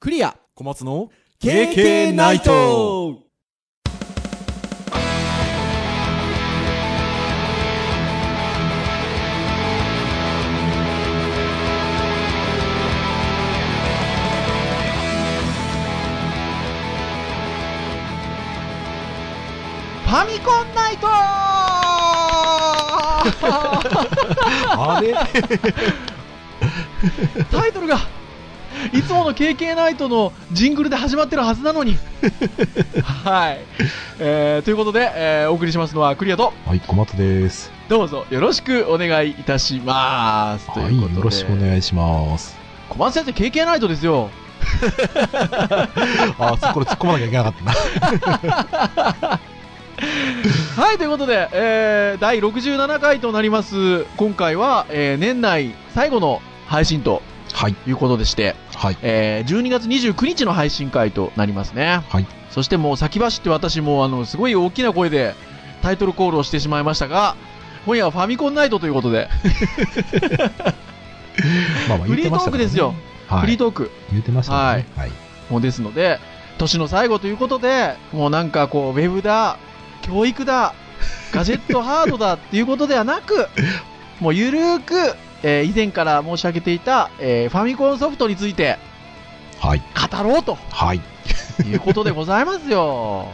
クリア小松の KK ナイトファミコンナイトあれタイトルがいつもの KK ナイトのジングルで始まってるはずな のにはい、えーということで、えーお送りしますのはクリアとはい、小松です。どうぞよろしくお願いいたしますとはいうことい、でよろしくお願いし ます。小松先生 KK ナイトですよあ、そこれ突っ込まなきゃいけなかったな。はいということで、えー第67回となります今回は、えー年内最後の配信と はい、いうことでして、はい、えー12月29日の配信会となりますねはい。そしてもう先走って私もあのすごい大きな声でタイトルコールをしてしまいましたが今夜はファミコンナイトということで、まあまあフ言っリーてトましたかークらねですよ、はフリーい、トーク言ってましたからね。はい。もうですので年の最後ということでもうなんかこうウェブだ教育だガジェットハードだっていうことではな くもうゆるーく、えー以前から申し上げていた、えーファミコンソフトについてはい、語ろうとはい。いうことでございますよ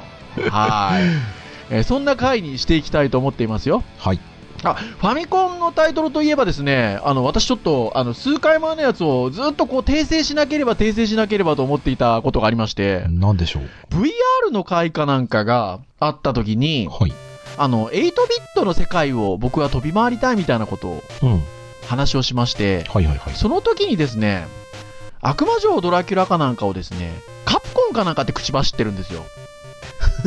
はい、えーそんな回にしていきたいと思っていますよはい。あファミコンのタイトルといえばですねあの私ちょっとあの数回前のやつをずっとこう訂正しなければ訂正しなければと思っていたことがありましてなんでしょう。 VR の回かなんかがあった時にはい。あの8ビットの世界を僕は飛び回りたいみたいなことをうん。はい話をしましてはいはい。その時にですね悪魔城ドラキュラかなんかをですねカプコンかなんかって口走ってるん ですよ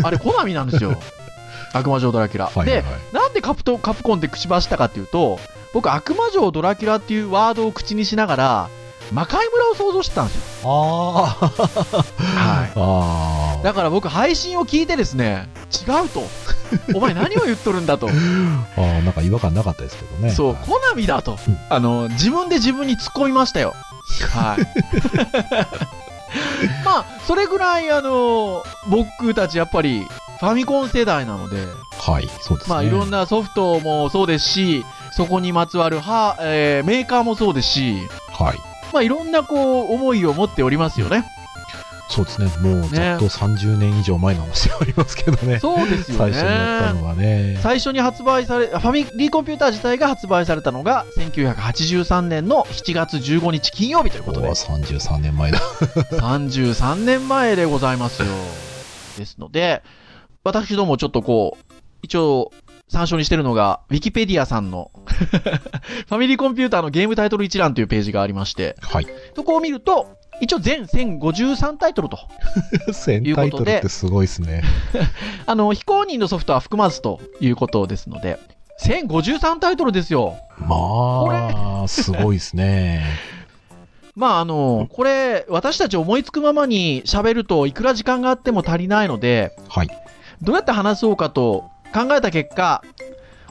あれコナミなんですよ悪魔城ドラキュラ、はいはいではい。なんでカプトカプコンって口走ったかっていうと僕悪魔城ドラキュラっていうワードを口にしながら魔界村を想像してたんですあよ、あ、はい、ああ。だから僕配信を聞いてですね違うとお前何を言っとるんだと、ああ、なんか違和感なかったですけどね。そうはいコナミだとうんあの自分で自分に突っ込みましたよはい まあそれぐらいあの僕たちやっぱりファミコン世代なのではい、そうですね。まあいろんな。なソフトもそうですし、そこにまつわるは、えーメーカーもそうですし、はい。まあいろんなこう思いを持っておりますよね。そうですね。もう、ざっと30年以上前の話ではありますけどね。そうですよ最初にやったね。のはね。最初に発売され、ファミリーコンピューター自体が発売されたのが1983年の7月15日金曜日というここことはで、 33年前だ。 33年前でございますよ。ですので、私どもちょっとこう、一応参照にしてるのが、ウィキペディアさんの ファミリーコンピューターのゲームタイトル一覧というページがありまして、はい。そこを見ると、一応全1053タイトルと。 戦タイトルってすごいですね。あの、非公認のソフトは含まずということですので、1053タイトルですよ。まあ、すごいです ね。まあ、あの、これ、私たち思いつくままに喋るといくら時間があっても足りないので、はい。どうやって話そうかと考えた結果、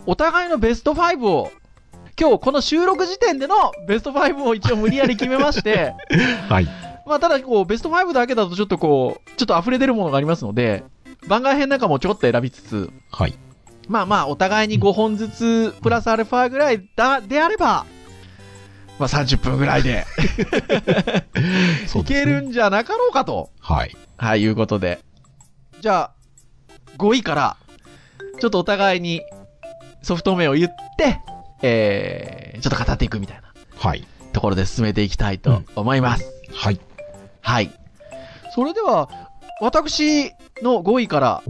お互いのベスト5を、今日この収録時点でのベスト5を一応無理やり決めまして、 はい。まあ、ただこう、ベスト5だけだとちょっとこう、ちょっと溢れ出るものがありますので、番外編なんかもちょろっと選びつつ、はい。まあまあ、お互いに5本ずつ、プラスアルファぐらいだ、であれば、まあ30分ぐらいで、そいうですねけるんじゃなかろうかと、はい。はい、いうことで。じゃあ、5位から、ちょっとお互いにソフト名を言って、えー、ちょっと語っていくみたいなはい。ところで進めていきたいと思います。はい。はい。それでは、私の5位から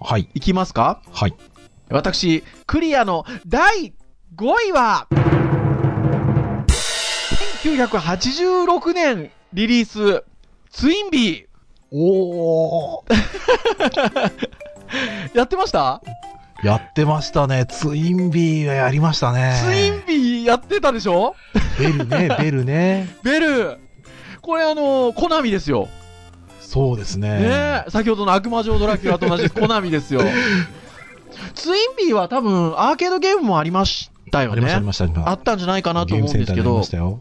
はい。いきますかはい。私、クリアの第5位は、1986年リリース、ツインビー。おー。やってました、やってましたね。ツインビーはやりましたね。ツインビーやってたでしょベル ね、ベルね。ベル。これあのーコナミですよ。そうですね。ねえ先ほどの悪魔城ドラキュラと同じコナ ミですよ。ツインビーは多分アーケードゲームもありましたよありました、ありね。ました、ありました。あったんじゃないかなと思うんですけゲームセンターにありまどし、たよ。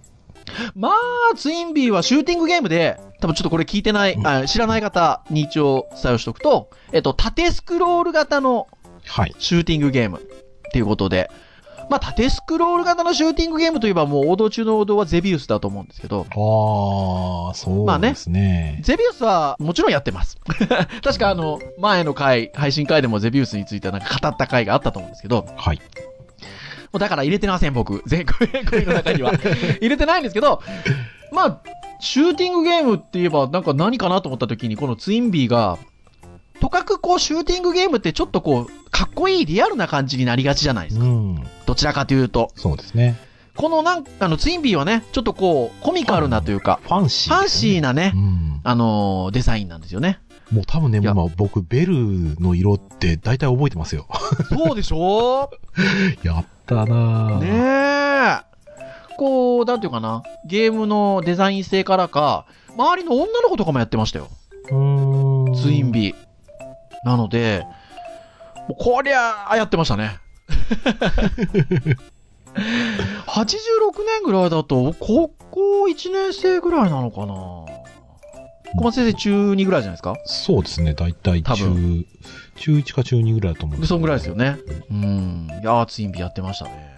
まあ、ツインビーはシューティングゲームで、多分ちょっとこれ聞いてない、うんあ知らない方に一応伝えをしておくと、えっと、縦スクロール型のはい。シューティングゲームっていうことで、まあ、縦スクロール型のシューティングゲームといえばもう王道中の王道はゼビウスだと思うんですけど、ああ、そうですね。ゼビウスはもちろんやって ます。確かあの、前の回、配信回でもゼビウスについてなんか語った回があったと思うんですけど、はい。もうだから入れてません、僕。全国の中 には。入れてないんですけど、まあ、シューティングゲームって言えば、なんか何かなと思った時に、このツインビーが、とかくこう、シューティングゲームってちょっとこう、かっこいいリアルな感じになりがちじゃないですか。うん。どちらかというと。そうですね。このなんあの、ツインビーはね、ちょっとこう、コミカルなというか、ファンシフー、ァンシーな。なねう、ん。あのーデザインなんですよね。もう多分ね、いや今僕、ベルの色って大体覚えてますよ。そうでしょやったなぁ。ねえ。こう、なんていうかな、ゲームのデザイン性からか、周りの女の子とかもやってましたよ。うーんツインビー。なので、もうこりゃあやってましたね。86年ぐらいだと、高校1年生ぐらいなのかな小松先生中2ぐらいじゃないですかそうですね、大体多中、中1か中2ぐらいだと思うんそんぐらいですよ。よね。うん。いやー、ツインビーやってましたね。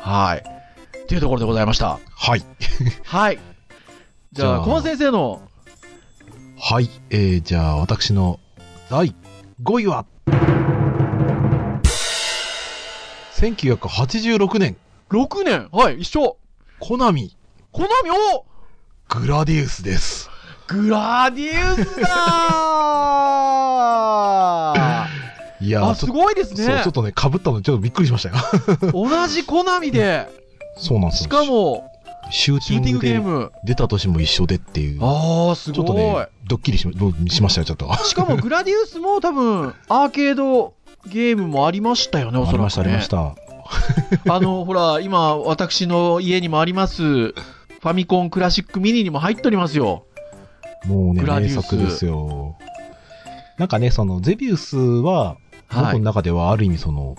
はい。っていうところでございました。はい。はい。じじゃゃあ、あ小松先生の、はい。えー、じゃあ、私の第5位は、1986年、 6年はい、一緒コナミ、コナミおグラディウスです。グラディウスだーいやあ、ー、すちょっごいですと、そうねちょっ。とね、被ったのでちょっとびっくりしま したよ。同じコナミで、そうなんですよ。しか、も、シューシテュィーンティンググでゲーム。出た年も一緒でっていう。ああ、すちょっとごいね。、ドッキリしましましたよ、ちょっと。しかも、グラディウスも多分、アーケードゲームもありまし たよね、おあそりまらした、あくりまねし。た。あの、ほら、今、私の家にもあります、ファミコンクラシックミニにも入っておりますよ。もうね、グラデ名ィウス作ですよ。なんかね、その、ゼビウスは、僕はのい。中ではある意味その、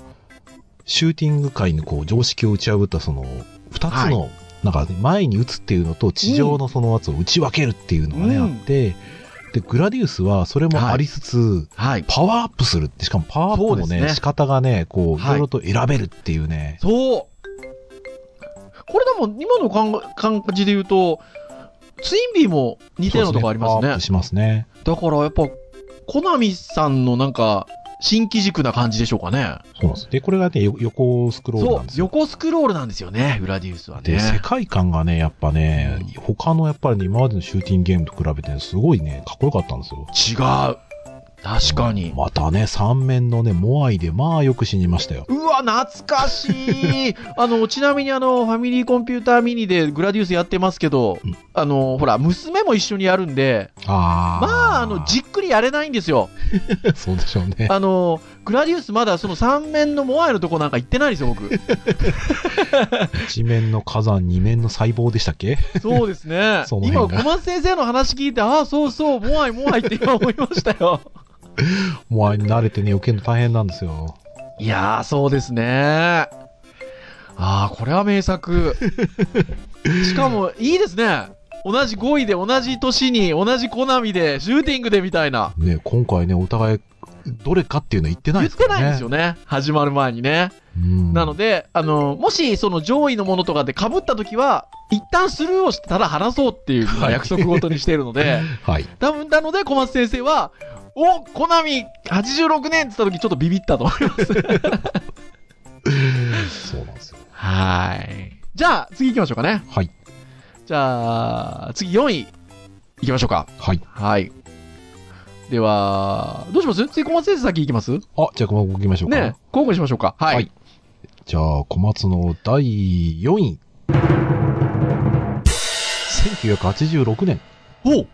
シューティング界のこう、常識を打ち破ったその、二つの、なんかね、前に打つっていうのと、地上のその圧を打ち分けるっていうのがね、うんあって、で、グラディウスはそれもありつつ、はい。パワーアップするって、しかもパワーアップそもうでね、すね仕方がね、こう、いはいろいろと選べるっていうね、そう。これでも、今の感感じで言うと、ツインビーも似たようなとこありますそうですねパワーアねップ。しますね。だからやっぱ、コナミさんのなんか、新機軸な感じでしょうかね。そうなんです。で、これがね、よ横スクロールそなうんで、すよ。横スクロールなんですよね、グラディウスはで、世ね。界観がね、やっぱね、うん他のやっぱりね、今までのシューティングゲームと比べて、すごいね、かっこよかったんですよ。違う。確かに。またね、三面のね、モアイで、まあよく死にましたよ。うわ、懐かしい。 あの、ちなみにあの、ファミリーコンピューターミニでグラディウスやってますけどうん、あの、ほら、娘も一緒にやるんで、ああ。まあ、あの、じっくりやれないんですよ。 そうでしょうね。 あの、グラディウスまだその三面のモアイのとこなんか行ってないですよ、僕。 一面の火山、二面の細胞でしたっけそうですねそ。の今、小辺が松先生の話聞いて、ああ、そうそう、モアイ、モアイって今思いました よ。モアイに慣れてね、避けるの大変なんですよ。いやー、そうですね。ああ、これは名 作。しかも、いいですね。同じ5位で、同じ年に、同じコナミで、シューティングでみたいな。ね、今回ね、お互い、どれかっていうの言ってない言でっすてからなね。いんですよね。始まる前にね。うんなので、あの、もし、その上位のものとかで被った時は、一旦スルーをしてただ話そうっていうのが約束ごとにしてる ので、はい。多分なので小松先生は、おコナミ86年って言った時ちょっとビビったと思います。そうなんですよ。はい。じゃあ、次行きましょうかね。はい。じゃあ、次4位行きましょうか。はい。はい。では、どうします次小松先生先行きますあ、じゃあ、この動きましょうか。ね交互にしましょうか。はい。はいじゃあ、小松の第4位。1986年、おう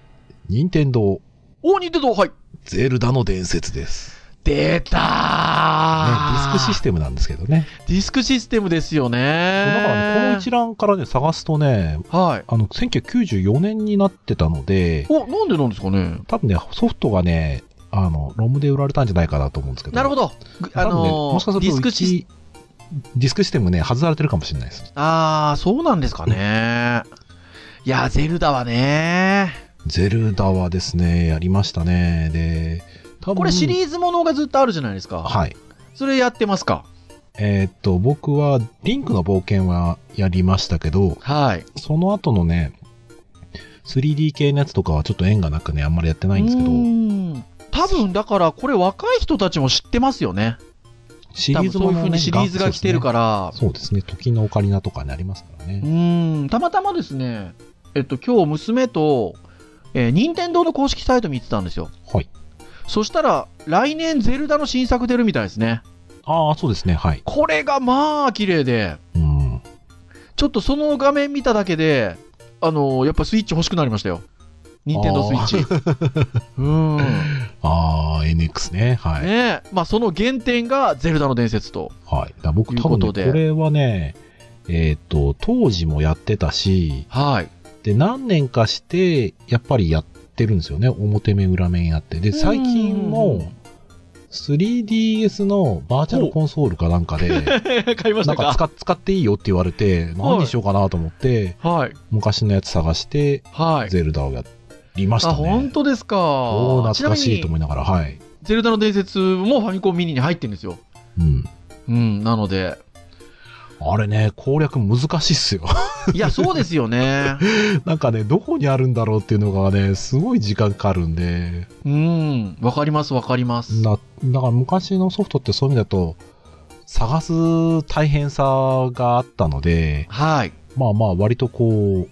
任天堂お似てたはい。ゼルダの伝説です。出たね、ディー、スクシステムなんですけどね。ディスクシステムですよねだからね、この一覧からね、探すとね、はい。あの、1994年になってたので、お、なんでなんですかね多分ね、ソフトがね、あの、ロムで売られたんじゃないかなと思うんですけど。なるほど。ど。ぐあね、のもしかー、すディるスとクうシスち、テムディスクシステムね、外されてるかもしれないです。 ああ、そうなんですかね。いやー、ゼルダはねゼルダはですね、やりましたね。で、多分これシリーズものがずっとあるじゃないですか。はい。それやってますかえーっと、僕は、リンクの冒険はやりましたけど、はい。その後のね、3D 系のやつとかはちょっと縁がなくね、あんまりやってないんですけうど、ーん多分だからこれ若い人たちも知ってますよね。シリ多ー分ズそもういうの。風にシリーズが来てるからら。そうですね、時のオカリナとかにありますからうね。ーん、たまたまですね、えっと、今日娘と、えー、任天堂の公式サイト見てたんですよ。はい。そしたら、来年ゼルダの新作出るみたいですね。ああ、そうですね、はい。これがまあ綺麗で、うん。ちょっとその画面見ただけで、あのーやっぱスイッチ欲しくなりましたよ。任天堂スイッチ。 うーん。ああ、NX ね、はい。ねえまあその原点がゼルダの伝説と。はい。だから僕という多分ことね、でこれはね、えーっと、当時もやってたし、はい。で、何年かして、やっぱりやってるんですよね。表面、裏面やって。で、最近も、3DS のバーチャルコンソールかなんかで、 買い ましなたんかか使っ使っていいよって言われて、何にしようかなと思って、はい。昔のやつ探して、はい。ゼルダをやりましあ、た本ね。当ですか。おおーち懐なかみしいにと思いながら、はい。ゼルダの伝説もファミコンミニに入ってるんですよ。うん。うん、なので。あれね、攻略難しいっすよ。 いや、そうですよね。なんかね、どこにあるんだろうっていうのがね、すごい時間かかるんで、うん、わかります、わかります。な、だから昔のソフトってそういう意味だと、探す大変さがあったので、はい。まあまあ割とこう、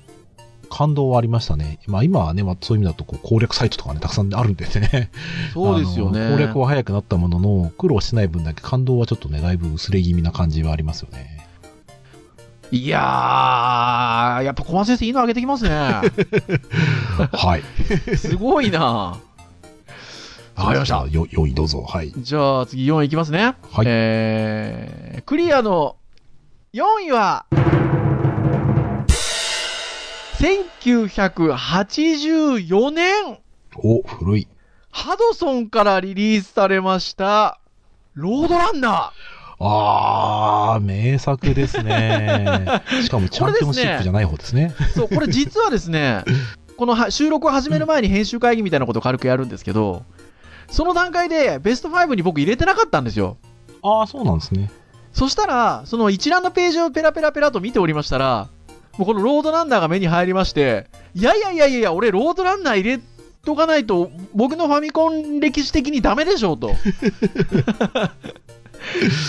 感動はありましたね。まあ今はね、まあ、そういう意味だとこう攻略サイトとかね、たくさんあるんでね。 そうですよあね。の攻略は早くなったものの、苦労しない分だけ感動はちょっとね、だいぶ薄れ気味な感じはありますよ ね。いやー、やっぱ小松先生、いいのあげてきます ね。はい。すごいな。わかりました。よ、よい、どうぞ。はい。じゃあ次4位いきますね。はいえー、クリアの4位は、1984年、お、古い。ハドソンからリリースされました、ロードランナあー、名作です ね。しかもチャンピオンシップじゃない方ですね。ー。そう、これ実はですね、このは収録を始める前に編集会議みたいなことを軽くやるんですけど、その段階でベスト5に僕入れてなかったんですよ。あー、そうなんですね。そしたら、その一覧のページをペラペラペラと見ておりましたら、もうこのロードランナーが目に入りまして、いやいやいやいやいや、俺ロードランナー入れとかないと、僕のファミコン歴史的にダメでしょうと。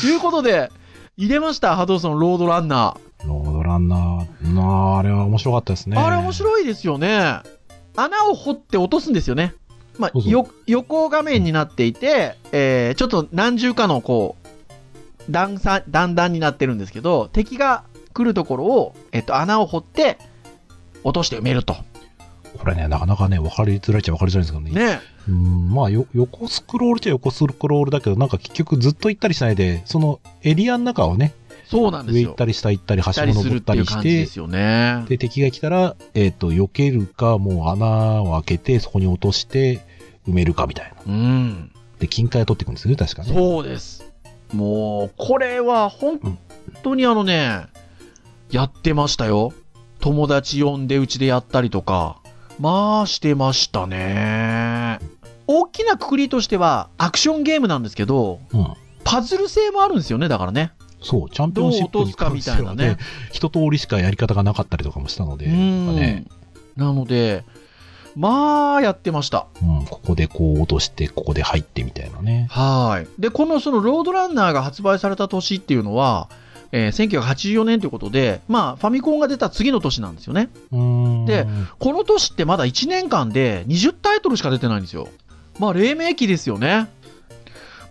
いうことで、入れました、ハドソンロードランナロードランナー。なー、あれは面白かったですー。ね。あれ面白いですよね。穴を掘って落とすんですよね。まあそうそうよ横画面になっていて、えーちょっと何重かのこう段差段々になってるんですけど敵が来るところを、えっと、穴を掘って落として埋めると。これね、なかなかね、分かりづらいっちゃ分かりづらいんですけどね。ね、うん、まあよ、横スクロールっちゃ横スクロールだけど、なんか結局ずっと行ったりしないで、そのエリアの中をね、そうなんです上行よっ。たり下行ったり、した橋りもする登っってたいうりし感じて、ですよね。で、敵が来たら、えっ、と、避けるか、もう穴を開けて、そこに落として、埋めるかみたいな。うん、で、金塊を取っていくんですよね、確かね。そうです。もうこれは本当にあのね、やってましたよ。友達呼んでうちでやったりとか、まあしてましたね。大きなくくりとしてはアクションゲームなんですけど、うん。パズル性もあるんですよね、だからね。そう、チャンピオンシップに関してどうは落とすかみたいなねね、一通りしかやり方がなかったりとかもしたので、うやっん。ぱね、なので、まあやってました。うん、ここでこう落として、ここで入ってみたいなね。はい。で、このそのロードランナーが発売された年っていうのは、えー1984年ということで、まあ、ファミコンが出た次の年なんですよね。うん。で、この年ってまだ1年間で20タイトルしか出てないんですよ。まあ、黎明期ですよね。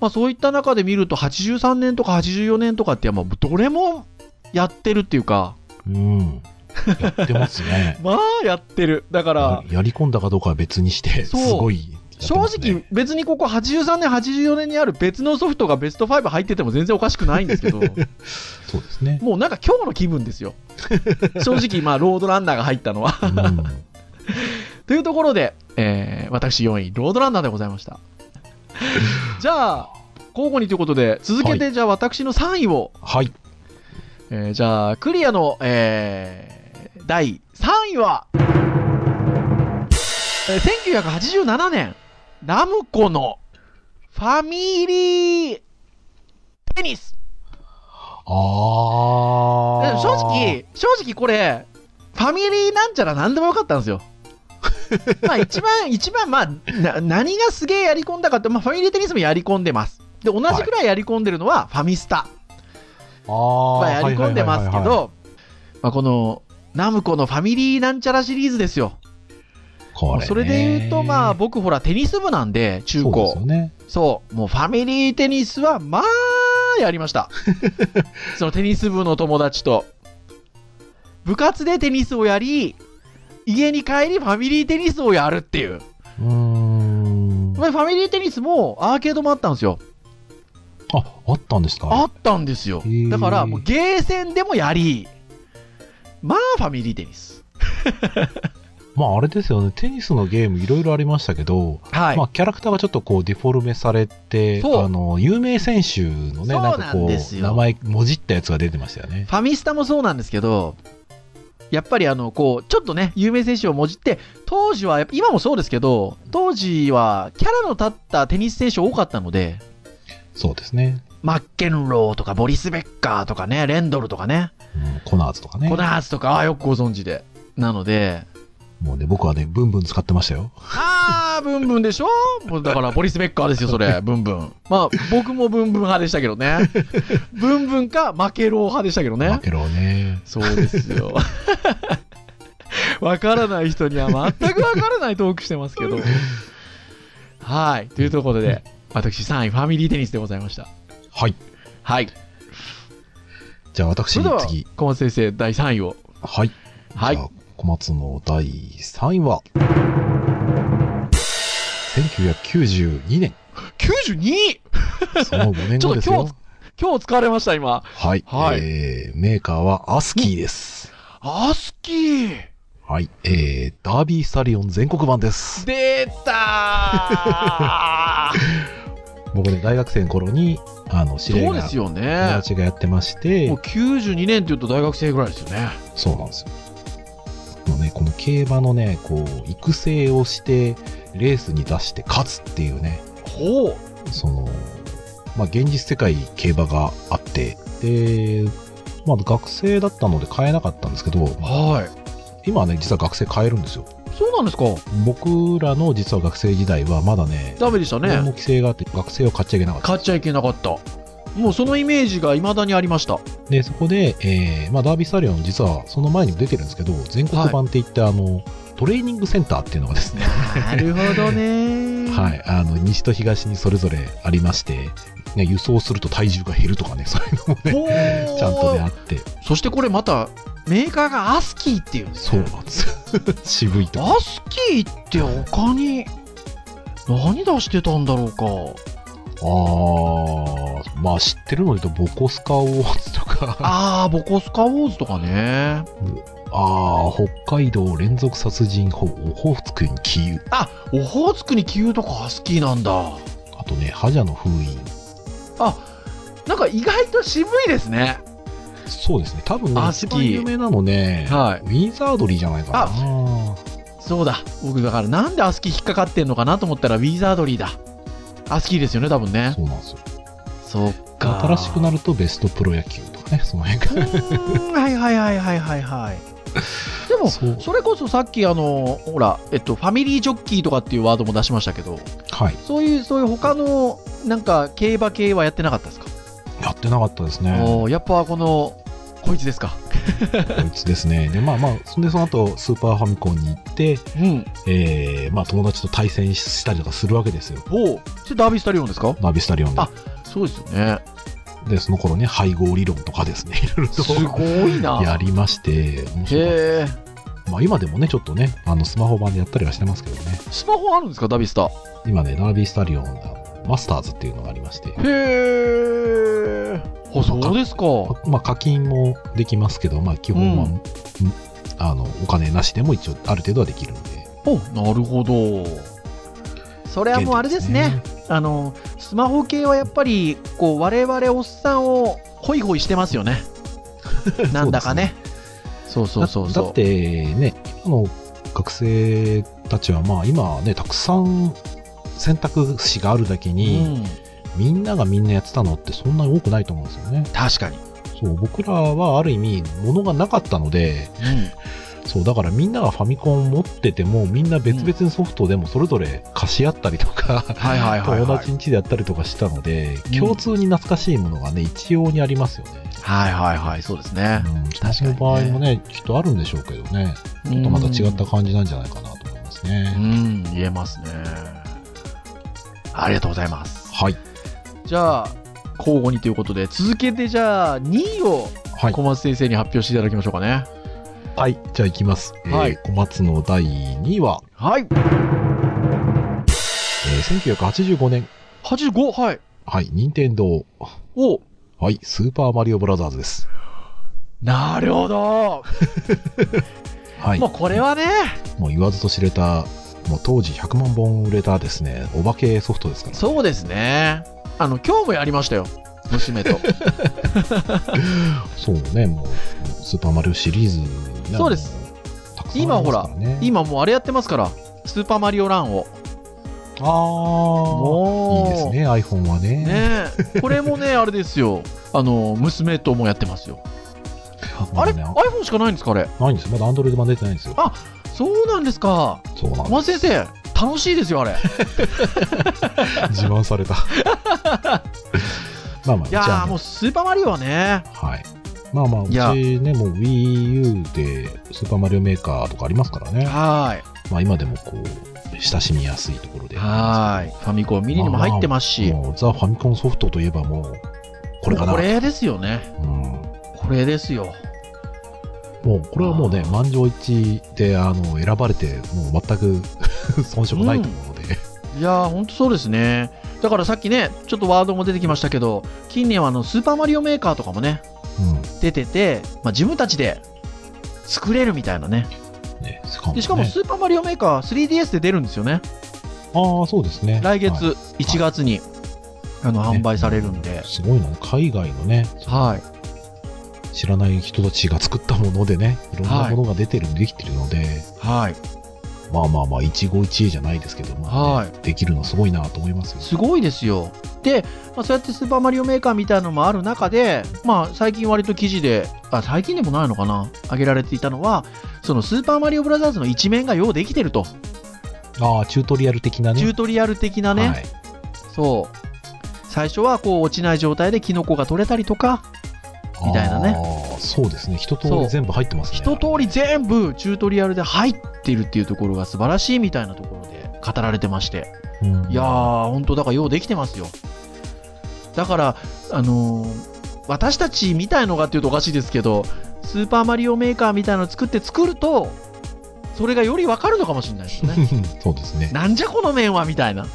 まあ、そういった中で見ると、83年とか84年とかって、まあ、どれもやってるっていうか、。うん。やってますねまあ、やってる。だからや、やり込んだかどうかは別にして、すそうごいやって正ますね、直、別にここ83年、84年にある別のソフトがベスト5入ってても全然おかしくないんです けど。そうです ね。もうなんか今日の気分ですよ。正直、まあ、ロードランナーが入ったのは。うんというところで、えー私4位、ロードランナーでございました。じゃあ、交互にということで、続けて、じゃあ私の3位を、はい。えーじゃあ、クリアの、えー第3位は、えー1987年、ラムコのファミリーテニス。あであ。も正直、正直これ、ファミリーなんちゃら何でもよかったんで すよ。まあ一番、一番、まあ、な何がすげえやり込んだかって、まあファミリーテニスもやり込んでます。で、同じくらいやり込んでるのはファミスタ。あまああ。やり込んでますけはいはいはいはい。ど、まあこの、ナムコのファミリーなんちゃらシリーズですよ。こねそれで言うと、まあ、僕ほらテニス部なんで、中そうです高よ。ね。そう、もうファミリーテニスは、まあ、やりました。そのテニス部の友達と。部活でテニスをやり、家に帰りファミリーテニスをやるっていう。うーん。まあファミリーテニスもアーケードもあったんですよ。あ、あったんですかあったんですよへ。ーだから、もうゲーセンでもやり、まあ、ファミリーテニス。まああれですよね、テニスのゲームいろいろありましたけど、はい。まあキャラクターがちょっとこうデフォルメされて、そうあの、有名選手のね、なんかそうなんこですう、よ名前、もじったやつが出てましたよね。ファミスタもそうなんですけど、やっぱりあの、こう、ちょっとね、有名選手をもじって、当時はやっぱ、今もそうですけど、当時はキャラの立ったテニス選手多かったので、そうですね。マッケンローとか、ボリス・ベッカーとかね、レンドルとかね、うん、コナーズとかねコ。ナーズとか、ああ、よくご存知で。なので、もうね、僕はね、ブンブン使ってましたよ。あー、ブンブンでしょも うだから、ボリス・ベッカーですよ、そ れ、ブンブン。まあ、僕もブンブン派でしたけどね。ブンブンか、マケロー派でしたけどね。マケローね。そうですよ。わからない人には全くわからないトークしてますけど。はい。というところで、私3位、ファミリーテニスでございました。はい。はい。じゃあそ私れでは、次。小松先生、第3位を。はい。はいじゃあ小松の第3位は、1992年。 92! その5年後ですちょっよと。今日疲れました、今。はい。はいえー、メーカーはアスキーです。アスキーはい。えー、ダービースタリオン全国版です。出た ー僕ね、大学生の頃に、あの、知り合そういでが、す友よね。達がやってまして、もう92年っていうと大学生ぐらいですよね。そうなんですよ。もうね、この競馬のね、こう、育成をして、レースに出して勝つっていうね、ほう。その、まあ、現実世界競馬があって、で、まあ、学生だったので買えなかったんですけど、はい。今はね、実は学生買えるんですよ。そうなんですか。僕らの実は学生時代はまだね、ダメでしたね。何も規制があって学生を買っちゃいけなかった。買っちゃいけなかったもうそのイメージがいまだにありましたで、そこで、えーまあ、ダービースタリオン実はその前にも出てるんですけど、全国版っていって、あの、トレーニングセンターっていうのがですね、なるほど ねはい、あの、西と東にそれぞれありまして、ね、輸送すると体重が減るとかね、そういうのもね、ほーちゃんとね、あって、そしてこれまたメーカーがアスキーっていうんですそうねなんですよ。 渋いとこ。アスキーって他に何出してたんだろうかあー、まあ知ってるので言うと、ボコスカオーツとか、ああボコスカウォーズとかねあー、北海道連続殺人法、オホーツクにキーあオホーツクにキューとかアスキーなんだあとね、覇者の封印。なんか意外と渋いですねそうですね、多分ね、あ一好番き有名なのね、はいウィザードリーじゃないかな。そうだ僕だからなんでアスキー引っかかってんのかなと思ったらウィザードリーだアスキーですよね多分ねそうなんですよ。そっか。新しくなるとベストプロ野球とかね、その辺うが。ーんはいはいはいはいはいはい。でも、そう それこそさっきあの、ほら、えっと、ファミリージョッキーとかっていうワードも出しましたけど、はい。そういう、そういう他の、なんか、競馬系はやってなかったですか、やってなかったですね。おーやっぱこの、こいつですか。こいつですね。で、まあまあ、そんでその後、スーパーファミコンに行って、うん。えー、まあ友達と対戦したりとかするわけですよ。おうそれダービースタリオンですかナビスタリオンであ。そうですよね。で、その頃ね、配合理論とかですね、 いろいろすとごい な。やりまして、面白かっへえ。たまあ今でもね、ちょっとね、あの、スマホ版でやったりはしてますけどね。スマホあるんですかダービースタ。今ね、ダービースタリオンのマスターズっていうのがありまして、へえ。あ、そうですか。まあ課金もできますけど、まあ基本は、うんんあの、お金なしでも一応ある程度はできるので。おなるほどそれはもうあれですね現あのスマホ系はやっぱりこう 我々おっさんをホイホイしてますよねなんだかねそそうそうそうだそうだってね、あの学生たちはまあ今ね、たくさん選択肢があるだけうに、ん、みんながみんなやってたのってそんなに多くないと思うんですよね。確かに、そう、僕らはある意味、物がなかったので、そう、だからみんながファミコン持ってても、みんな別々のソフトでもそれぞれ貸し合ったりとか、はいはいはい、友はい、達ん家でやったりとかしたので、うん共通に懐かしいものがね、一様にありますよね。はいはいはいそうですね、うん、かにねその場合もね、きっとあるんでしょうけどね、ちょっとまた違った感じなんじゃないかなと思いますうね。ん言えますねありがとうございますはい。じゃあ交互にということで続けてじゃあ2位をはい小。松先生に発表していただきましょうかねはい。じゃあ行きます。えーはい小松の第2位は、はいえー1985年、 85はいはい、任天堂おはい、スーパーマリオブラザーズです。なるほど、はい。もうこれはねもう言わずと知れた、もう当時100万本売れたですね、お化けソフトですから。そうですねあの今日もやりましたよ娘 とそうね、もう、スーパーマリオシリーズね、そうですもう。たくさんありますからね、今もうあれやってますからスーパーマリオランをあーいいもうですね、iPhone はね。ねえこれもねあれですよあの娘ともやってますよあまれだね iPhone しかないんですかあれないんですよ。まだ Android 版出てないんですよ。そうなんですかそうなん小で松先生楽しいです よあれす。 自慢された。まあまあ、いうちはやーねもうスーパーマリオはねはい。まあまあ、ういやちね、もう Wii U でスーパーマリオメーカーとかありますからね。はまあ今でもこう、親しみやすいところいで。はいファミコンミニにも入ってますし、もうザ・ファミコンソフトといえばもう、これかな。これですよねうん。これですよもう、これはもうねあ、ー満場一致で、あの、選ばれて、もう全く 遜色ないと思うので。いやーほんとそうですねだからさっきねちょっとワードも出てきましたけど近年はあのスーパーマリオメーカーとかもねうん。出てて、まあ、自分たちで作れるみたいなねね、しかも、でね。しかもスーパーマリオメーカー 3DS で出るんですよねああ、そうですね。来はい月1月に、あの販売されるんで、すごいな、海外のね、はい知らない人たちが作ったものでね、いろんなものが出てる、できてるので、はいまあまあまあ、一期一会じゃないですけど、まあねできるのすごいなと思いますよ。すごいですよで、まあ、そうやってスーパーマリオメーカーみたいなのもある中で、まあ、最近割と記事であ最近でもないのかな挙げられていたのはそのスーパーマリオブラザーズの一面がようできてると、ああ、チュートリアル的なね。チュートリアル的なね、はい。そう最初はこう落ちない状態でキノコが取れたりとかみたいなねあー。そうですね。一通そりう全部入ってますね。一通り全部チュートリアルで入ってるっていうところが素晴らしいみたいなところで語られてましてり。うんいやー、本当だからようできてますよ。だから、あのー私たちみたいのがっていうとおかしいですけど、スーパーマリオメーカーみたいなの作って作ると、それがよりわかるのかもしれないです ね。そうですね。なんじゃこの面はみたいな。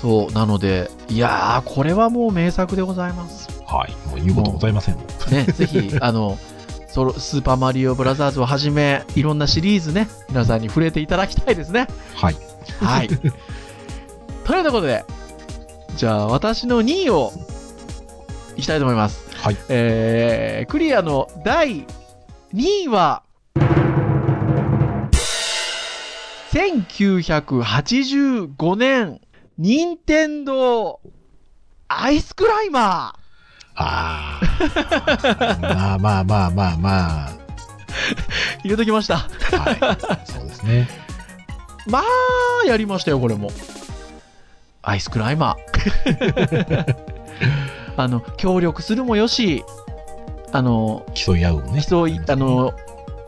そう、なので、いやー、これはもう名作でございます。はい。もう言うことございません。ね、ぜひ、あの、ソロスーパーマリオブラザーズをはじめ、いろんなシリーズね、皆さんに触れていただきたいですね。はい。 はい。ということで、じゃあ私の2位をいきたいと思います。はい。えー、クリアの第2位は、1985年、任天堂アイスクライマああ。まあまあまあまあまあ。ー入れときました。はい。そうですね。まあ、やりましたよ、これも。アイスクライマー。 あの、協力するもよし、あの、競い合うも ね。人をい、あの、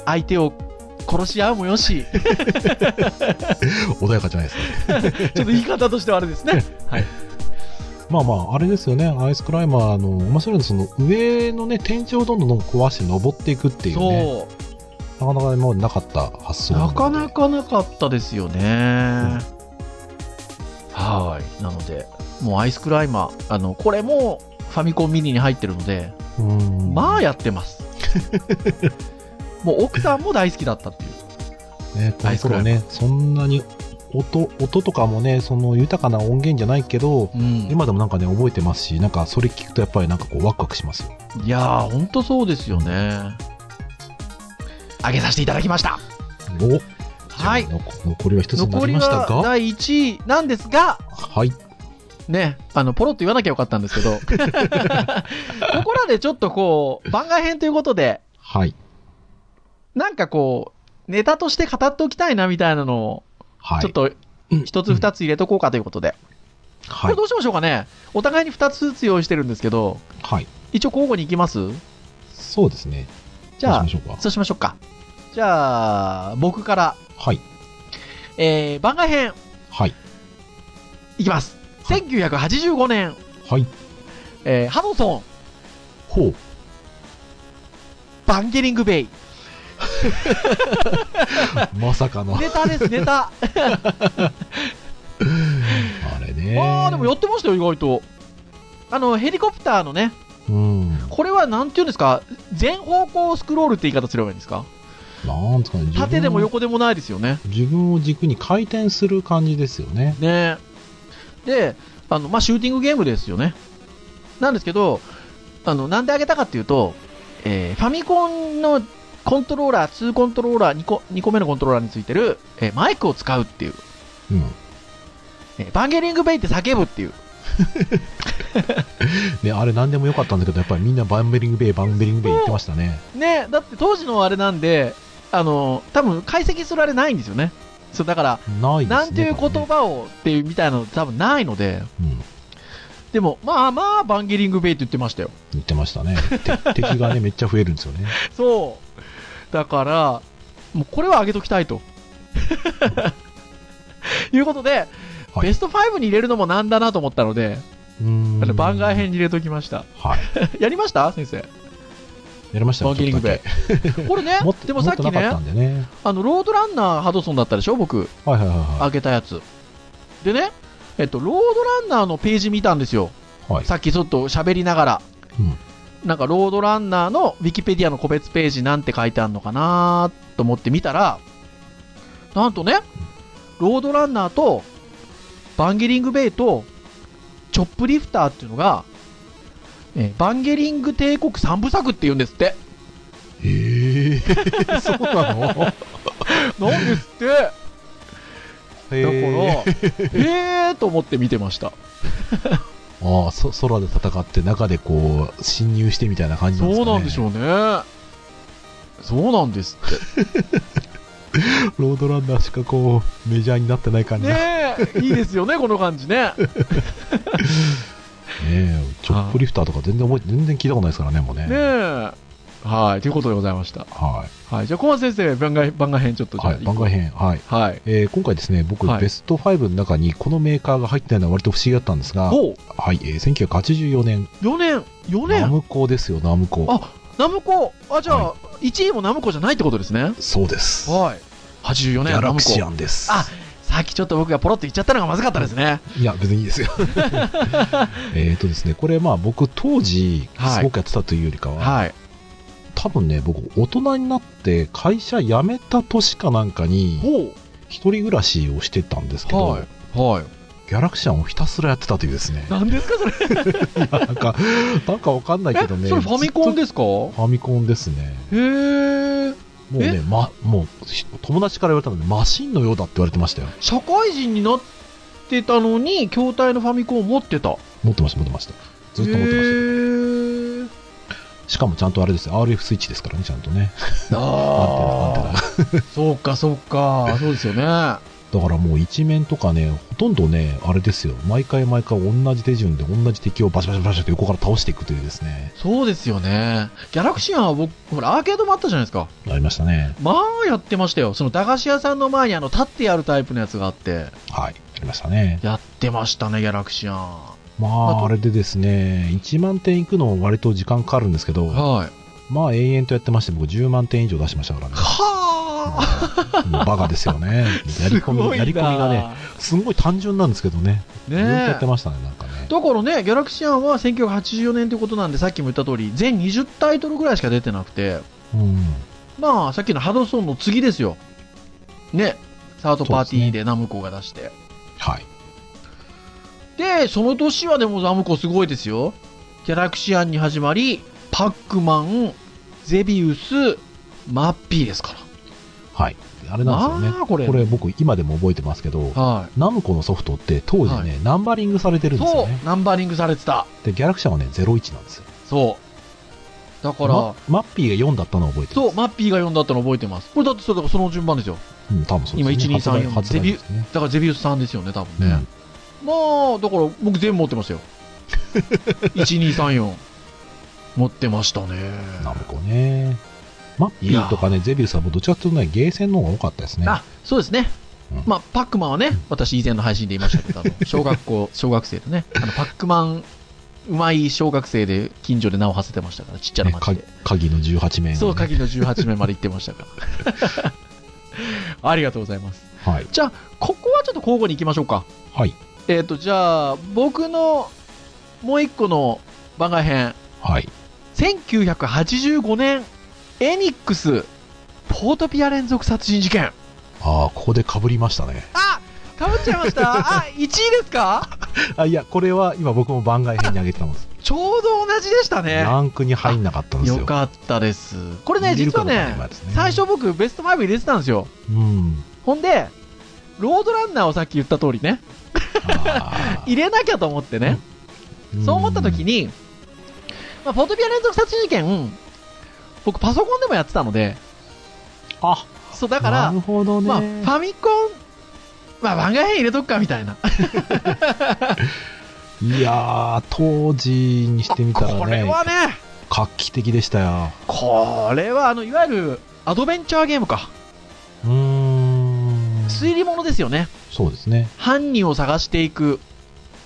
相手を殺し合うもよし、穏やかじゃないですか。ちょっと言い方としてはあれですね。まあまあ、あれですよね、アイスクライマーの面白いのはその上のね、天井をどんどんどん壊して登っていくっていうね、そなかなかもうなかった発う。想なかのなでかなかったですよね。はい。なので、もうアイスクライマー、あの、これもファミコンミニに入ってるので、うんまあやっ てます。もう奥さんも大好きだったっていう。ね、この頃ね、そんなに音音とかもね、その豊かな音源じゃないけど、うん今でもなんかね、覚えてますし、なんかそれ聞くとやっぱりなんかこう、ワクワクしますよ。いやー、ほんとそうですよね。上げさせていただきました。おはい。残残りは一つにな残りりましたはが、第1位なんですが、はい。ね、あの、ポロッと言わなきゃよかったんです けど、ここらでちょっとこう、番外編ということで、はい。なんかこう、ネタとして語っておきたいなみたいなのを、はい。ちょっとうん、一つつ。二つ入れとこうかということで。こはれいど。うしましょうかねお互いに二つずつ用意してるんですけど、はい。一応交互に行きますそうですね。じゃあどう、しましょうか。そうしましょうか。じゃあ、僕から、はい。えー、番外編、はい。いきます。1985年、はい。えー、ハドソン、ほ う。バンゲリングベイ。まさかの。ネタです、ネ あタ。れね。あー、でもやってましたよ、意外と。あの、ヘリコプターのね、うん。これはなんていうんですか、全方向スクロールって言い方すればいいんですかなんですかね。自分縦でも横でもないですよね。自分を軸に回転する感じですよね。ねで、あの、まあ、シューティングゲームですよね。なんですけど、あの、なんであげたかっていうと、えーファミコンのコントローラー、2コントローラー、2個、2個目のコントローラーについてる、えーマイクを使うっていう、うん。えーバンゲリングベイって叫ぶっていう、ね、あれ何でもよかったんだけど、やっぱりみんなバンベリングベイ、バンベリングベイ言ってましたね。ねだって当時のあれなんで、あの、多分解析するあれないんですよね。そう、だから、ないですね。なんていうこれ言ね葉をっていうみたいなの多分ないので、うん。でも、まあまあ、バンゲリングベイって言ってましたよ。言ってましたね。て 敵がね、めっちゃ増えるんですよね。そう。だから、もうこれは上げときた いと。いうことで、はいベスト5に入れるのもなんだなと思ったので、うーあのん。番外編に入れときました。 はい。やりました先生。やりましたバよンゲリングちょっベとだイ。これねけ持っ、てでもさっき持てなかったね、んでね。あの、ロードランナーハドソンだったでしょ僕、はいはいはいは上げたやつ。でね、えっと、ロードランナーのページ見たんですよ。い。はい。さっきちょっと喋りながら。うんなんか、ロードランナーのウィキペディアの個別ページなんて書いてあるのかなと思って見たら、なんとね、ロードランナーと、バンゲリングベイと、チョップリフターっていうのが、えーバンゲリング帝国三部作って言うんですって。ええ そうなのだかなんですって。だから、えーと思って見てました。ああ、そ、空で戦って中でこう、侵入してみたいな感じなんですそかね。うなんでしょうね。そうなんですって。ロードランナーしかこう、メジャーになってない感じ が。ねねえ、 いいですよね、この感じ ね。え、チョップリフターとか全然覚えて、全然聞いたことないですからね、もうね。ねえ。はい、ということでございました。ははい、じゃあ、小松先生、番外番外編ちょっとい。じゃあ、はい、番外。編。はい。はい。えー今回ですね、僕、はいベスト5の中にこのメーカーが入ってないのは割と不思議だったんですが、おうはい、えー1984年、 4年、4ナ年、ムコですよ、ナムコ。あナムコ、あ、じゃあ、1位もナムコじゃないってことですね。そうです。はい。84ギ年、ャナラムクコシ。アンです。あさっきちょっと僕がポロッと言っちゃったのがまずかったですね。いや、別にいいですよ。 えっとですね、これ、まあ、僕、当時、はいすごくやってたというよりかは、はい。多分ね、僕、大人になって、会社辞めた年かなんかに、ほ一人暮らしをしてたんですけう。ど、はい。はい。。ギャラクシアンをひたすらやってたというですね 何ですか、それ。なんか、なんかわかんないけどえ、ね。それファミコンずっですかとファミコンですね。へえ。もうえね、ま、もう、ひ友達から言われたので、マシンのようだって言われてましたよ。社会人になってたのに、筐体のファミコンを持ってた。持ってました、持ってました。ずっと持ってましへえ。た。しかもちゃんとあれですよ、RF スイッチですからね、ちゃんとね。アンあテナ、アンテナ。そうか、そうか。そうですよね。あだからもう一面とかね、ほとんどね、あれですよ、毎回毎回同じ手順で同じ敵をバシャバシャバシャと横から倒していくというですね、そうですよね。ギャラクシアンは僕、ほら、アーケードもあったじゃないですか。ありましたね。まあ、やってましたよ。その駄菓子屋さんの前にあの、立ってやるタイプのやつがあって、はい、ありましたね。やってましたね、ギャラクシアン。まああ、とあれでですね、1万点いくの割と時間かかるんですけど、はい。まあ永遠とやってまして、僕10万点以上出しましたから ね。はあもうバカですよね。 やりす込ごみ、いやなり込みがね、。すごい単純なんですけどね、ずっとやねってえ。ましたね、なんかね。だからね、ギャラクシアンは1984年ということなんで、さっきも言った通り、全20タイトルぐらいしか出てなくて、うん。まあ、さっきのハドソンの次ですよ。ね。サードパーティーでナムコが出して。はい。で、その年はでもナムコすごいですよ。ギャラクシアンに始まり、パックマン、ゼビウス、マッピーですから。はい。あれなんですよあーね。これ僕今でも覚えてますけど、はナムコのソフトって当時ね、はいナンバリングされてるい。んですそよう、ね。ナンバリングされてた。で、ギャラクシャンはね、01なんですよ。そう。だから、まマッピーが4だったのを覚えてる。そう、マッピーが読んだったの覚えてます。これだってそれだからその順番ですよ。うん、多分そうですね。今1234発売発売ですね。だからゼビウスさんですよね、多分ね。うんまあ、だから僕全部持ってま すよ。1234。持ってましたね。ナムコね。マッピーとかね、ゼビウスはもうどっちかっていうとね、ゲーセンの方が多かったですね。あ、そうですね。うんまあ、パックマンはね、私以前の配信で言いましたけ ど、あの小学校、小学生とね、あのパックマン、うまい小学生で近所で名を馳せてましたから、ちっちゃなね町かで。鍵の18面、ね。そう、鍵の18名まで行ってました から。ありがとうございます。はい。じゃあ、ここはちょっと交互に行きましょうか。はい。えっ、と、じゃあ、僕のもう一個の番外編、はい。 1985年、エニックス、ポートピア連続殺人事件。ああ、ここで被りましたね。あかぶっちゃいました。 あ、1位ですか あ、いや、これは今僕も番外編にあげてたんです。ちょうど同じでしたね。ランクに入んなかったんですよ。よかったです。これね、見る実かはどうかのね、今ですね最初僕ベスト5入れてたんですよ。うん。ほんで、ロードランナーをさっき言った通りね、あー入れなきゃと思ってね、そう思った時、に、まあ、ポートピア連続殺人事件、僕パソコンでもやってたので、うんあ、そうだかなら、るほどね。まあ、ファミコン、まあ、番外編入れとくかみたいな。いやー、当時にしてみたらこれね、はね、画期的でしたよ。これは、あの、いわゆる、アドベンチャーゲームか。うーん。推理物ですよね。そうですね。犯人を探していく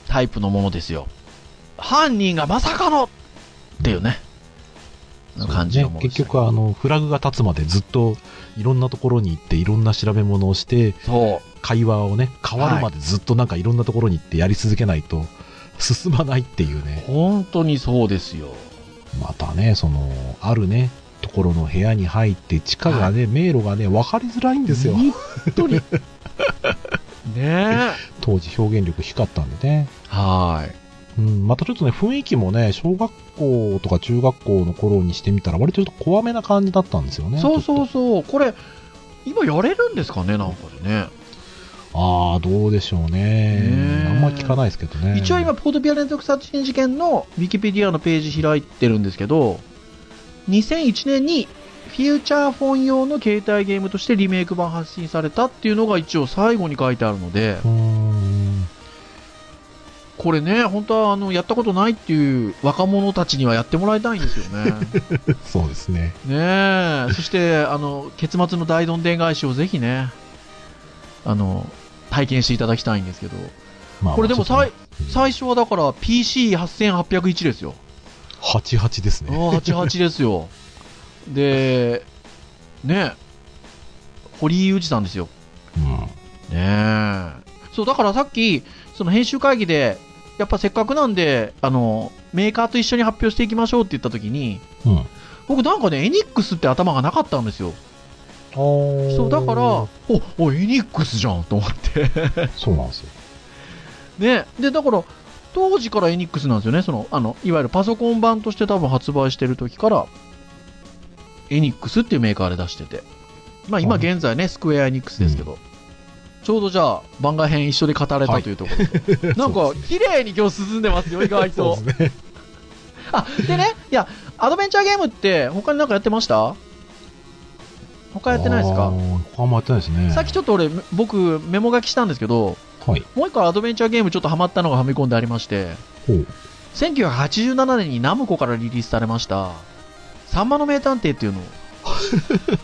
タイプのものですよ。犯人がまさかのっていうね、感じのものねで結したね局はあのフラグが立つまでずっといろんなところに行っていろんな調べ物をしてそ会話をね変わるまでずっとなんかいろんなところに行ってやり続けないと進まないっていうう、ね本当にそうですよ。またねそのあるねところの部屋に入って地下がね、迷路がね分かりづらいんですよ本当に。ねえ。 当時表現力低かったんでね、はうん、またちょっとね雰囲気もね小学校とか中学校の頃にしてみたら割とちょっと怖めな感じだったんですよい。ねそうそうちょっそう。これ、今やれるんですかね、なんかでね。とああどうでしょうねねえあんま聞かないですけどね一応今、ポートピア連続殺人事件のウィキペディアのページ開いてるんですけど、2001年にフューチャーフォン用の携帯ゲームとしてリメイク版発信されたっていうのが一応最後に書いてあるのでう、ーん これね、本当はあの、やったことないっていう若者たちにはやってもらいたいんですよね。そうですね。ねえ。そして、あの、結末の大どんでん返しをぜひね、あの、体験していただきたいんですけど、まこれでも最最、最初はだから PC8801 ですよ。 88ですね。ああ、88ですよ。で、ねえ堀井裕二さんですよ。うん。ねえそう、だからさっき、その編集会議で、やっぱせっかくなんで、あの、メーカーと一緒に発表していきましょうって言った時に、うん。僕なんかね、エニックスって頭がなかったんですよ。そう、だから、お、お、エニックスじゃんと思って。そうなんですよ。ねで、だから、当時からエニックスなんですよね。その、あの、いわゆるパソコン版として多分発売してる時から、エニックスっていうメーカーで出してて。まあ今うん現在ね、スクエアエニックスですけど、ちょうどじゃあ番外編一緒で語れはたいというとこ ろで、なんかそうですね綺麗に今日進んでますよ、意外と。ですね。あ、でね、いや、アドベンチャーゲームって他になんかやってました他やってないですあかー他もやってないですね。さっきちょっと俺、僕メモ書きしたんですけど、はい。もう一個アドベンチャーゲームちょっとハマったのがはみ込んでありまして、ほう。 1987年にナムコからリリースされました「さんまの名探偵」っていうのを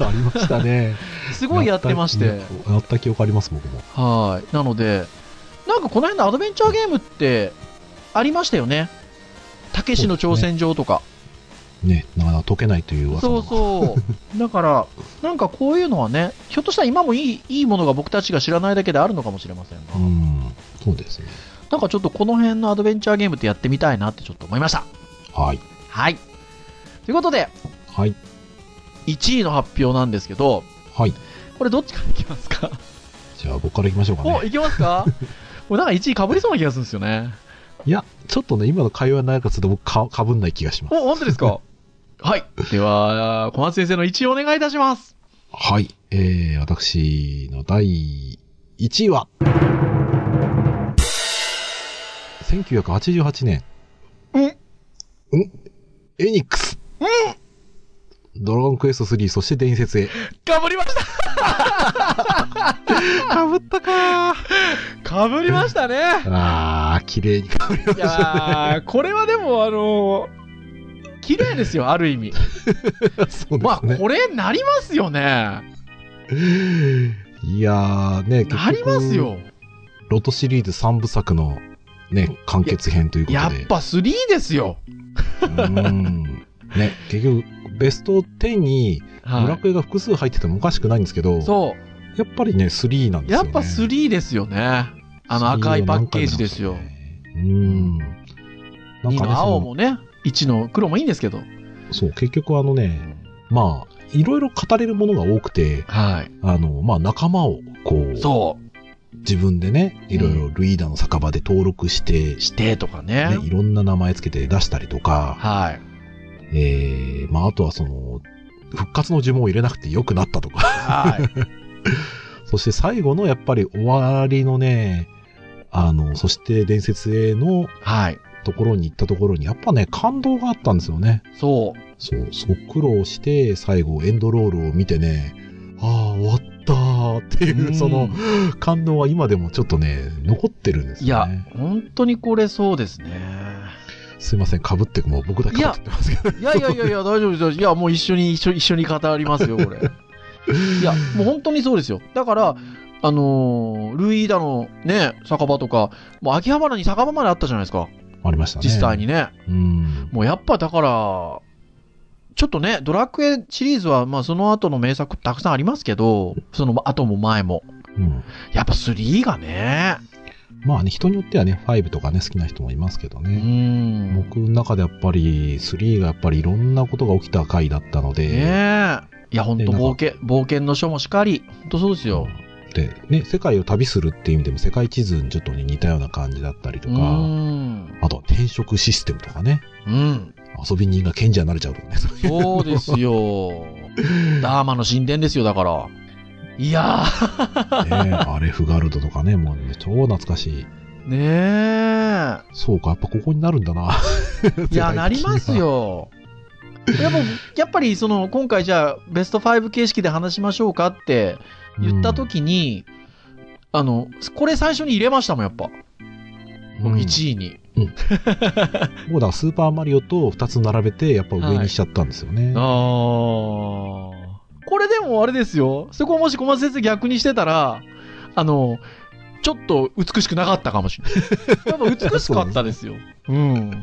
ありましたね。 すごいやってましやってた記憶やった記憶あります、僕も。はいなのでなんかこの辺のアドベンチャーゲームってありましたよねたけしの挑戦状とかね、なかなか解けないという噂そうの。そうだからなんかこういうのはねひょっとしたら今もいいいいものが僕たちが知らないだけであるのかもしれませんが、うん。そうですね。なんかちょっとこの辺のアドベンチャーゲームってやってみたいなってちょっと思いましたはい。はいということではい。 1位の発表なんですけどはい。これどっちからいきますかじゃあ僕から行きましょうかお、ね。いけます かもうなんか1位かぶりそうな気がするんですよね。いや、ちょっとね、今の会話の中すると僕か、かぶんない気がします。お、本当ですかはい。では、小松先生の1位お願いいたします。はい。えー、私の第1位は、1988年。うんんエニックスドラゴンクエスト3、そして伝説へ。かぶりました かぶったかー。かぶりましたね。あー、綺麗にかぶりま いした。やー、これはでも、あのー綺麗ですよ、ある意味。そうで まあ、すね。これ、なりますよね。いやーね、結局なります。よ。ロトシリーズ3部作のね、完結編ということで。やっぱ3ですよ。うん。ね、結局、ベスト10にドラはクエが複数入っててもおかしくないんですけど、い。そやっぱりね、3なんう。ですやよ、っね。ぱ3ですよね。あの赤いパッケージですよ。うん。なん2かね、の青そのもね、1の黒もいいんですけど。そう、結局あのね、まあ、いろいろ語れるものが多くて、はい。あの、まあ仲間を、こう、そう。自分でね、いろいろルイーダの酒場で登録して、してとかねね、。いろんな名前つけて出したりとか、はい。えー、まああとはその、復活の呪文を入れなくて良くなったとか、 はい。そして最後のやっぱり終わりのね、あの、そして伝説へのはい。ところに行ったところに、やっぱね、感動があったんですよね。そう。そう、すごく苦労して、最後エンドロールを見てね、ああ、終わったーっていう、そのうん、感動は今でもちょっとね、残ってるんですいやよね。、本当にこれそうですね。すいません、かぶって、もう僕だけかぶってますけど。いやいやいやいや、大丈夫です。いや、もう一緒に、一緒一緒に語りますよ、これ。いや、もう本当にそうですよ。だから、あのールイーダのね、酒場とか、もう秋葉原に酒場まであったじゃないですか。ありましたね。実際にね。うん。もうやっぱだから、ちょっとね、ドラクエシリーズは、まあその後の名作たくさんありますけど、その後も前も。うん。やっぱ3がね、まあね、人によってはね、5とかね、好きな人もいますけどうね。ん。ね僕の中でやっぱり、3がやっぱりいろんなことが起きた回だったので、え。いや、ほんとでなんか冒険、冒険の書もしかり、ほんとそうですよ。で、ね、世界を旅するっていう意味でも世界地図にちょっとね似たような感じだったりとうか、ん。あとは転職システムとかね、うん。遊び人が賢者になれちゃうとかね、 そういうそうですよ。ダーマの神殿ですよ、だから。いやね、アレフガルドとかね、もうね、超懐かしい。ー、ねそうか、やっぱここになるんだな。 え。いや、なりますよ。やっぱやっぱりその今回じゃあベスト5形式で話しましょうかって言った時に、あのこれ最初に入れましたもんやっぱ、うん、1 1位にもうだからスーパーマリオと2つ並べて、やっぱ上にしちゃったんですよね。あーこれでもあれですよそこをもし小松先生逆にしてたらあのちょっと美しくなかったかもしれ ないやっぱ美しかったですよう んね、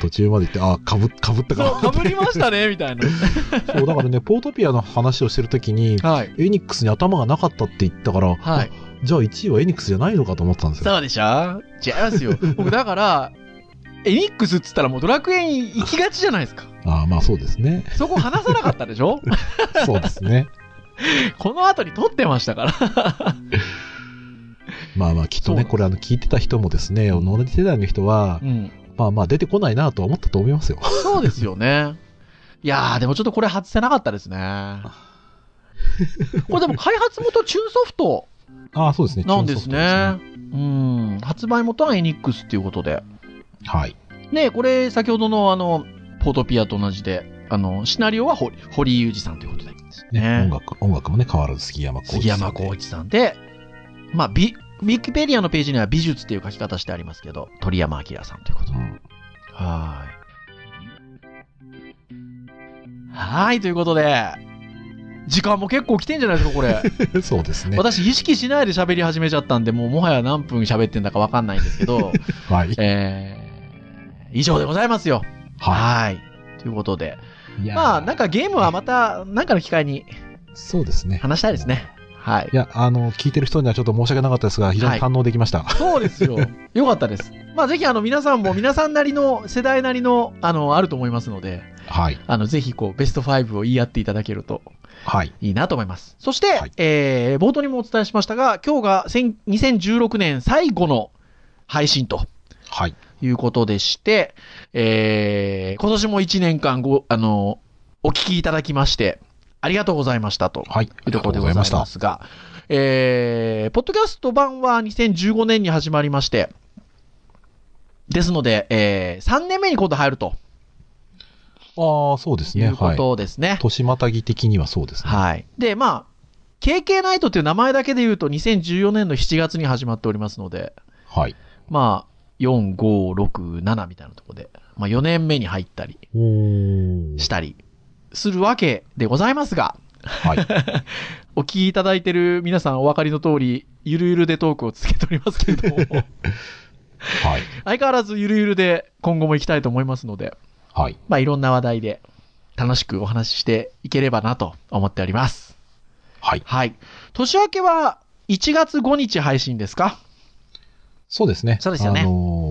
途中まで行って、あー、かぶかぶったそかうかぶりましたねみたいな そう、だからね、ポートピアの話をしてる時に、 はいエニックスに頭がなかったって言ったから、はいあじゃあ1位はエニックスじゃないのかと思ってたんですよ。そうでしょ違います よ僕だからエニックスっつったらもうドラクエに行きがちじゃないですかああ、まあそうですね。そこ話さなかったでしょ そうですね。この後に撮ってましたから。まあまあ、きっとそうね、これあの、聞いてた人もですね、同じ世代の人は、まあまあ出てこないなとは思ったと思いますよ。そうですよね。いやー、でもちょっとこれ外せなかったです ね。これでも開発元中ソフトああ、そうですね。なんですチューンソね。うん。発売元はエニックスっていうことフトで。ですね。はい。ねこれ先ほどのあの、ポートピアと同じで、あの、シナリオは堀堀井裕二さんということで。ねね音楽、音楽もね、変わらず杉山浩一杉さんで。山浩一さんで、まあ、ビ、ウィキペディアのページには美術っていう書き方してありますけど、鳥山明さんということでうんはーい。はーい、ということで、時間も結構来てんじゃないですか、これ。そうです ね。私、意識しないで喋り始めちゃったんで、もうもはや何分喋ってんだかわかんないんですけど、 はい。えー、以上でございますよ。ははーい。ということで、い。いやーまあ、なんかゲームはまた、なんかの機会にそうですね。話したいですね。はいい。や、あの、聞いてる人にはちょっと申し訳なかったですが、非常はいに堪能できました。そうで すよ。よかったです。まあ、ぜひ、あの、皆さんも、皆さんなりの、世代なりの、あの、あると思いますので、はい。あの、ぜひ、こう、ベスト5を言い合っていただけるとはい。いいなと思います。そして、はいえー冒頭にもお伝えしましたが、今日が1000 2016年最後の配信とはい。いうことでして、えー、今年も1年間ご、あの、お聞きいただきまして、ありがとうございましたと。はい。ありというとがことろうでごございざいままし。したが、えー、ポッドキャスト版は2015年に始まりまして、ですので、えー、3年目に今度入るとああ、そうですいね。うこはい。とですね。年またぎ的にはそうですね。はい。で、まあ、KK ナイトっていう名前だけで言うと2014年の7月に始まっておりますので、はい。まあ、4、5、6、7みたいなところで、まあ4年目に入ったりおーしたりするわけでございますが、はい。お聞きいただいてる皆さんお分かりの通り、ゆるゆるでトークを続けておりますけれども、はい。相変わらずゆるゆるで今後も行きたいと思いますので、はい。まあいろんな話題で楽しくお話ししていければなと思っております。はい。はい。年明けは1月5日配信ですかそうですね。そうですよねあのー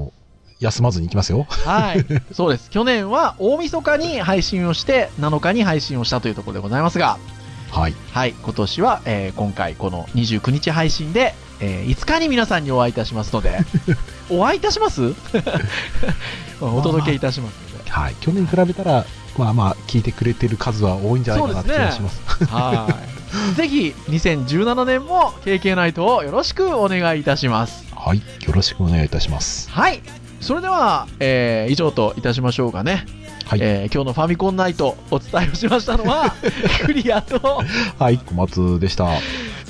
休まずに行きますよ。はい。 そうです。去年は大晦日に配信をして、7日に配信をしたというところでございますが、はい。はい。今年は、えー今回この29日配信で、えー5日に皆さんにお会いいたしますの で、お会いいたします お届けいたしますので。はい。去年に比べたら、まあまあ、聞いてくれてる数は多いんじゃないかなって気がします。はい。 ぜひ、2017年も KK ナイトをよろしくお願いいたします。はい。よろしくお願いいたします。はい。それでは、えー以上といたしましょうかね。はいえー今日のファミコンナイトお伝えをしましたの は、クリアと、はい。小松でした。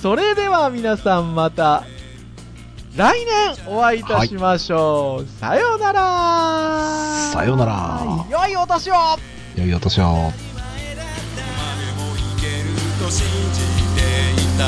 それでは皆さんまた、来年お会いいたしましょう。さようならさようなら良いお年を良いお年を。前だった「誰もいけると信じていた」